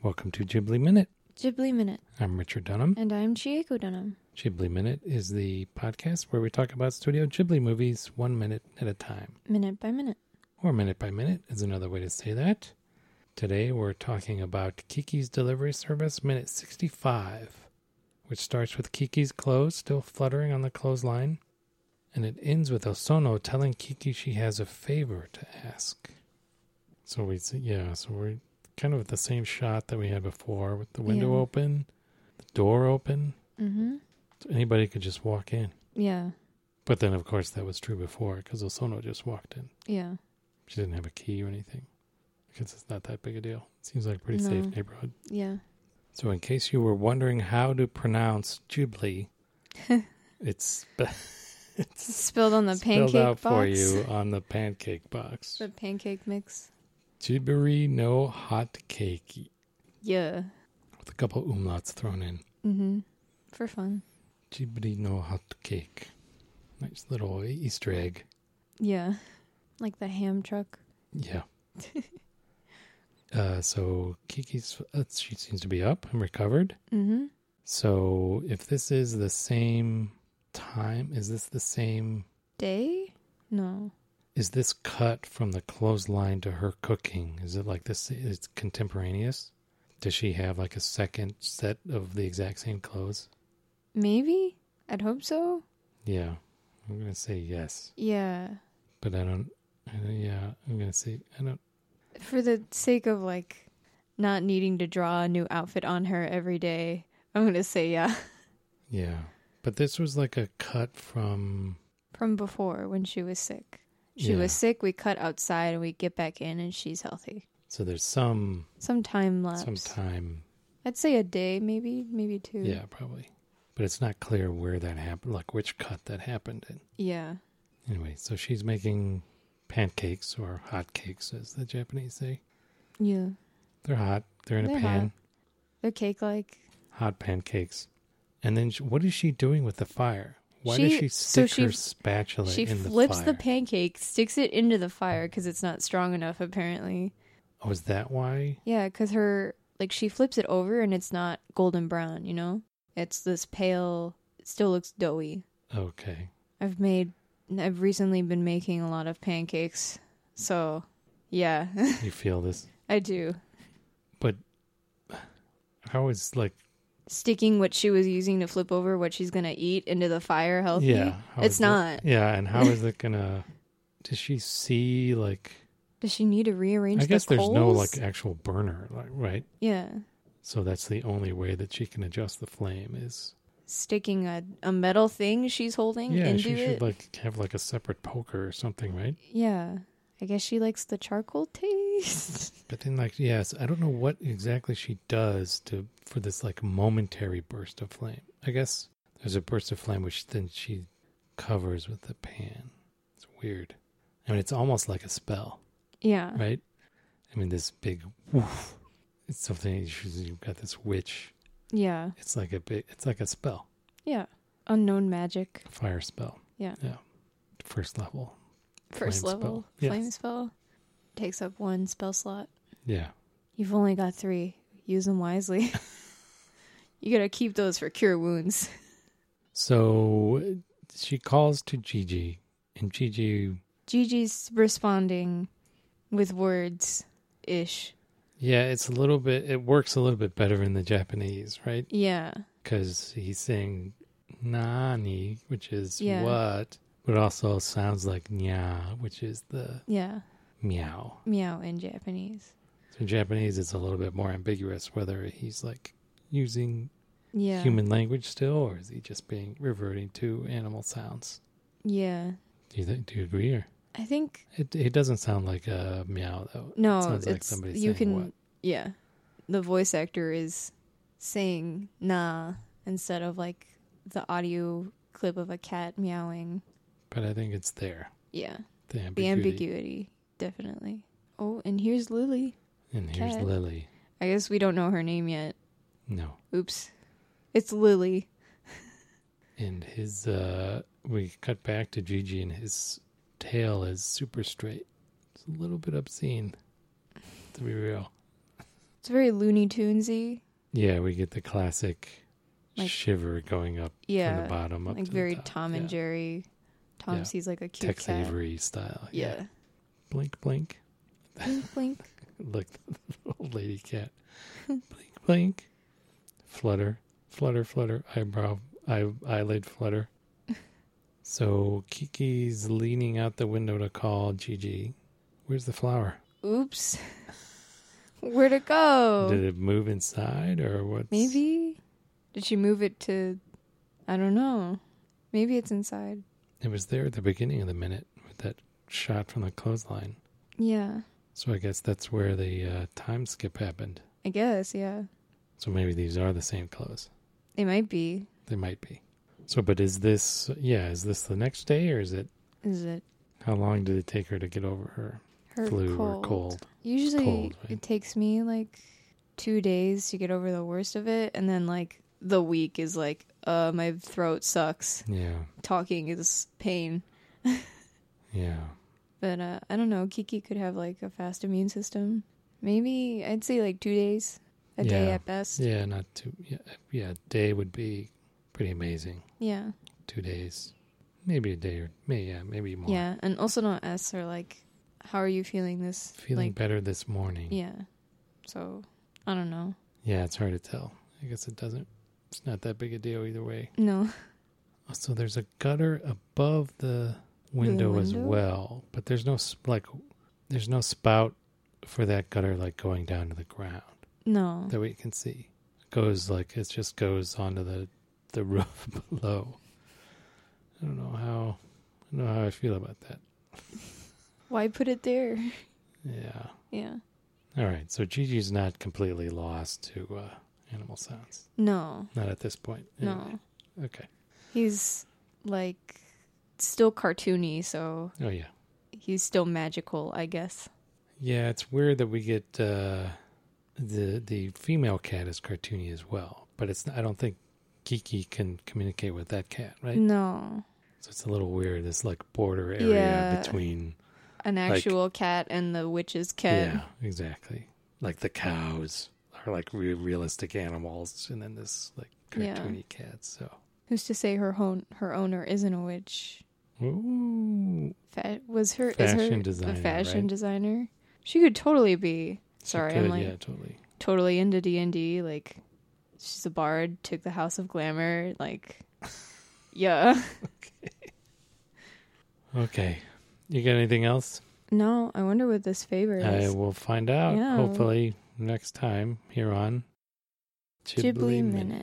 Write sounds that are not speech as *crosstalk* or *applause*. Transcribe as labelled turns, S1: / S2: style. S1: Welcome to Ghibli Minute.
S2: Ghibli Minute.
S1: I'm Richard Dunham.
S2: And I'm Chieko Dunham.
S1: Ghibli Minute is the podcast where we talk about Studio Ghibli movies one minute at a time,
S2: Minute by minute.
S1: or minute by minute is another way to say that. Today we're talking about Kiki's Delivery Service Minute 65, which starts with Kiki's clothes still fluttering on the clothesline, and it ends with Osono telling Kiki she has a favor to ask. So we see, yeah, so we're kind of at the same shot that we had before with the window
S2: Yeah.
S1: open, the door open.
S2: Mm-hmm.
S1: So anybody could just walk in.
S2: Yeah.
S1: But then, of course, that was true before because Osono just walked in.
S2: Yeah.
S1: She didn't have a key or anything because it's not that big a deal. Seems like a pretty safe
S2: No.
S1: neighborhood.
S2: Yeah.
S1: So, in case you were wondering how to pronounce
S2: *laughs*
S1: Ghibli, it's spe- it's
S2: Spilled on the
S1: spelled
S2: pancake
S1: out
S2: box.
S1: for you on the pancake box.
S2: The pancake mix.
S1: Ghibli no hot cakey
S2: Yeah.
S1: with a couple umlauts thrown in.
S2: Mm-hmm. For fun.
S1: Ghibli no hot cake. Nice little Easter egg.
S2: Yeah. Like the ham truck. *laughs*
S1: Yeah. uh, so Kiki's uh, she seems to be up and recovered.
S2: Mm-hmm.
S1: So if this is the same time, is this the same?
S2: Day? No.
S1: Is this cut from the clothesline to her cooking? Is it like this? It's contemporaneous. Does she have like a second set of the exact same clothes?
S2: Maybe? I'd hope so.
S1: Yeah, I'm gonna say yes,
S2: Yeah.
S1: but I don't. I don't yeah, I'm gonna say I don't.
S2: For the sake of like not needing to draw a new outfit on her every day, I'm gonna say yeah. *laughs*
S1: Yeah, but this was like a cut from
S2: From before when she was sick. She
S1: yeah.
S2: was sick. We cut outside and we get back in, and she's healthy.
S1: So there's some
S2: Some time lapse.
S1: some time.
S2: I'd say a day, maybe, maybe two.
S1: Yeah, probably. But it's not clear where that happened, like which cut that happened in.
S2: Yeah.
S1: Anyway, so she's making pancakes or hot cakes, as the Japanese say.
S2: Yeah.
S1: They're hot. They're in a
S2: They're
S1: pan.
S2: They're cake like.
S1: Hot. pancakes. And then she, what is she doing with the fire? Why does
S2: She-
S1: she
S2: so
S1: stick
S2: she-
S1: her spatula
S2: She
S1: in the
S2: flips
S1: fire?
S2: the pancake, sticks it into the fire because it's not strong enough, apparently.
S1: oh, is that why?
S2: Yeah, because her, like, she flips it over and it's not golden brown, you know? It's this pale, it still looks doughy.
S1: Okay.
S2: I've made, I've recently been making a lot of pancakes. So, yeah, *laughs*
S1: You feel this?
S2: I do.
S1: But how is like
S2: sticking what she was using to flip over what she's gonna eat into the fire healthy.
S1: yeah? how
S2: it's
S1: is it-
S2: not.
S1: yeah, and how is
S2: *laughs*
S1: it gonna? Does she see like?
S2: Does she need to rearrange?
S1: I guess
S2: the
S1: there's no
S2: coals?
S1: like actual burner, like right?
S2: yeah,
S1: So that's the only way that she can adjust the flame is
S2: sticking a, a metal thing she's holding
S1: yeah.
S2: into
S1: She should
S2: it.
S1: like have like a separate poker or something, right?
S2: yeah, I guess she likes the charcoal taste. *laughs*
S1: But then like yes, I don't know what exactly she does to for this like momentary burst of flame. I guess there's a burst of flame which then she covers with the pan. It's weird. I mean, it's almost like a spell,
S2: yeah,
S1: right? I mean, this big woof. It's something you've got this witch.
S2: yeah,
S1: It's like a big. It's like a spell.
S2: yeah. Unknown magic.
S1: fire spell.
S2: Yeah.
S1: Yeah. First level.
S2: First
S1: Flame
S2: level
S1: spell. Yes.
S2: flame spell takes up one spell slot.
S1: Yeah.
S2: You've only got three. Use them wisely. *laughs* you gotta keep those for cure wounds.
S1: So uh, she calls to Gigi, and Gigi,
S2: Gigi's responding with words ish.
S1: yeah, it's a little bit, it works a little bit better in the Japanese, right?
S2: Yeah.
S1: Because he's saying nani, which is
S2: Yeah.
S1: what, but also sounds like nya, which is the
S2: Yeah.
S1: meow.
S2: Meow in Japanese.
S1: So in Japanese, it's a little bit more ambiguous whether he's like using
S2: Yeah.
S1: human language still, or is he just being reverting to animal sounds?
S2: Yeah.
S1: Do you, think, do you agree? Or?
S2: I think
S1: It it doesn't sound like a meow though.
S2: no,
S1: it sounds
S2: it's
S1: like somebody
S2: you
S1: saying
S2: can
S1: what.
S2: yeah. The voice actor is saying nah instead of like the audio clip of a cat meowing.
S1: But I think it's there.
S2: Yeah.
S1: The ambiguity.
S2: The ambiguity, definitely. Oh, and here's Lily.
S1: And here's
S2: Okay.
S1: Lily.
S2: I guess we don't know her name yet.
S1: No.
S2: Oops. It's Lily.
S1: And his uh we cut back to Gigi and his tail is super straight. It's a little bit obscene. To be real.
S2: It's very Looney Tunesy,
S1: Yeah, we get the classic
S2: Like-
S1: shiver going up from
S2: Yeah,
S1: the bottom up
S2: like
S1: to
S2: very
S1: the top.
S2: Tom and
S1: yeah.
S2: Jerry. Tom
S1: Yeah.
S2: sees like a cute
S1: Tex
S2: cat.
S1: Avery style.
S2: Yeah.
S1: Blink, blink.
S2: blink, blink.
S1: *laughs* Look, the old lady cat. blink, blink. Flutter, flutter, flutter. Eyebrow, eye, eyelid flutter. so Kiki's leaning out the window to call Gigi. Where's the flower?
S2: Oops. *laughs* Where'd it go?
S1: Did it move inside or what?
S2: Oh. Maybe. Did she move it to? I don't know. Maybe it's inside.
S1: It was there at the beginning of the minute with that shot from the clothesline.
S2: Yeah,
S1: So I guess that's where the uh, time skip happened.
S2: I guess. Yeah,
S1: So maybe these are the same clothes.
S2: it might be.
S1: They might be. So, but is this, yeah, is this the next day or is it,
S2: Is it
S1: how long did it take her to get over her
S2: her
S1: flu
S2: cold?
S1: or cold?
S2: Usually,
S1: Cold, right?
S2: it takes me like two days to get over the worst of it, and then like the week is like, uh, my throat sucks.
S1: Yeah,
S2: Talking is pain.
S1: yeah.
S2: But uh, I don't know. Kiki could have like a fast immune system. Maybe I'd say like two days, a day
S1: Yeah.
S2: at best.
S1: Yeah, not too, yeah, yeah, day would be pretty amazing.
S2: yeah.
S1: Two days, maybe a day or, may, yeah, maybe more.
S2: Yeah, and also don't ask her like, "How are you feeling this?"
S1: Feeling
S2: like,
S1: better this morning.
S2: yeah. So I don't know.
S1: Yeah, it's hard to tell. I guess it doesn't. It's not that big a deal either way.
S2: No, *laughs*
S1: So there's a gutter above the window, as
S2: window?
S1: well, but there's no s- like there's no spout for that gutter like going down to the ground
S2: no.
S1: that we can see. It goes like it just goes onto the the *laughs* roof below. I don't know how I don't know how I feel about that.
S2: Why put it there?
S1: Yeah.
S2: Yeah.
S1: All right. So Gigi's not completely lost to uh, animal sounds.
S2: No,
S1: Not at this point. anyway.
S2: no.
S1: Okay.
S2: He's like still cartoony, so
S1: Oh yeah.
S2: he's still magical, I guess.
S1: Yeah, it's weird that we get uh, the the female cat is cartoony as well, but it's I don't think Kiki can communicate with that cat,
S2: Mm.
S1: right?
S2: No,
S1: So it's a little weird. This like border area
S2: Yeah.
S1: between
S2: an actual cat and the witch's cat.
S1: yeah, exactly. Like the cows are like re- realistic animals, and then this like
S2: Yeah.
S1: cartoony cat. So
S2: Who's to say her hon- her owner isn't a witch?
S1: ooh,
S2: Fa- was her is
S1: Fashion
S2: her
S1: designer,
S2: a fashion
S1: right?
S2: designer? She could totally be.
S1: She
S2: Sorry,
S1: could-
S2: I'm like
S1: yeah, totally.
S2: totally into D and D. Like, she's a bard, took the House of Glamour. Like, *laughs* yeah.
S1: Okay, you got anything else?
S2: No, I wonder what this favor
S1: I
S2: is.
S1: will find out.
S2: Yeah.
S1: Hopefully next time here on
S2: Ghibli minute.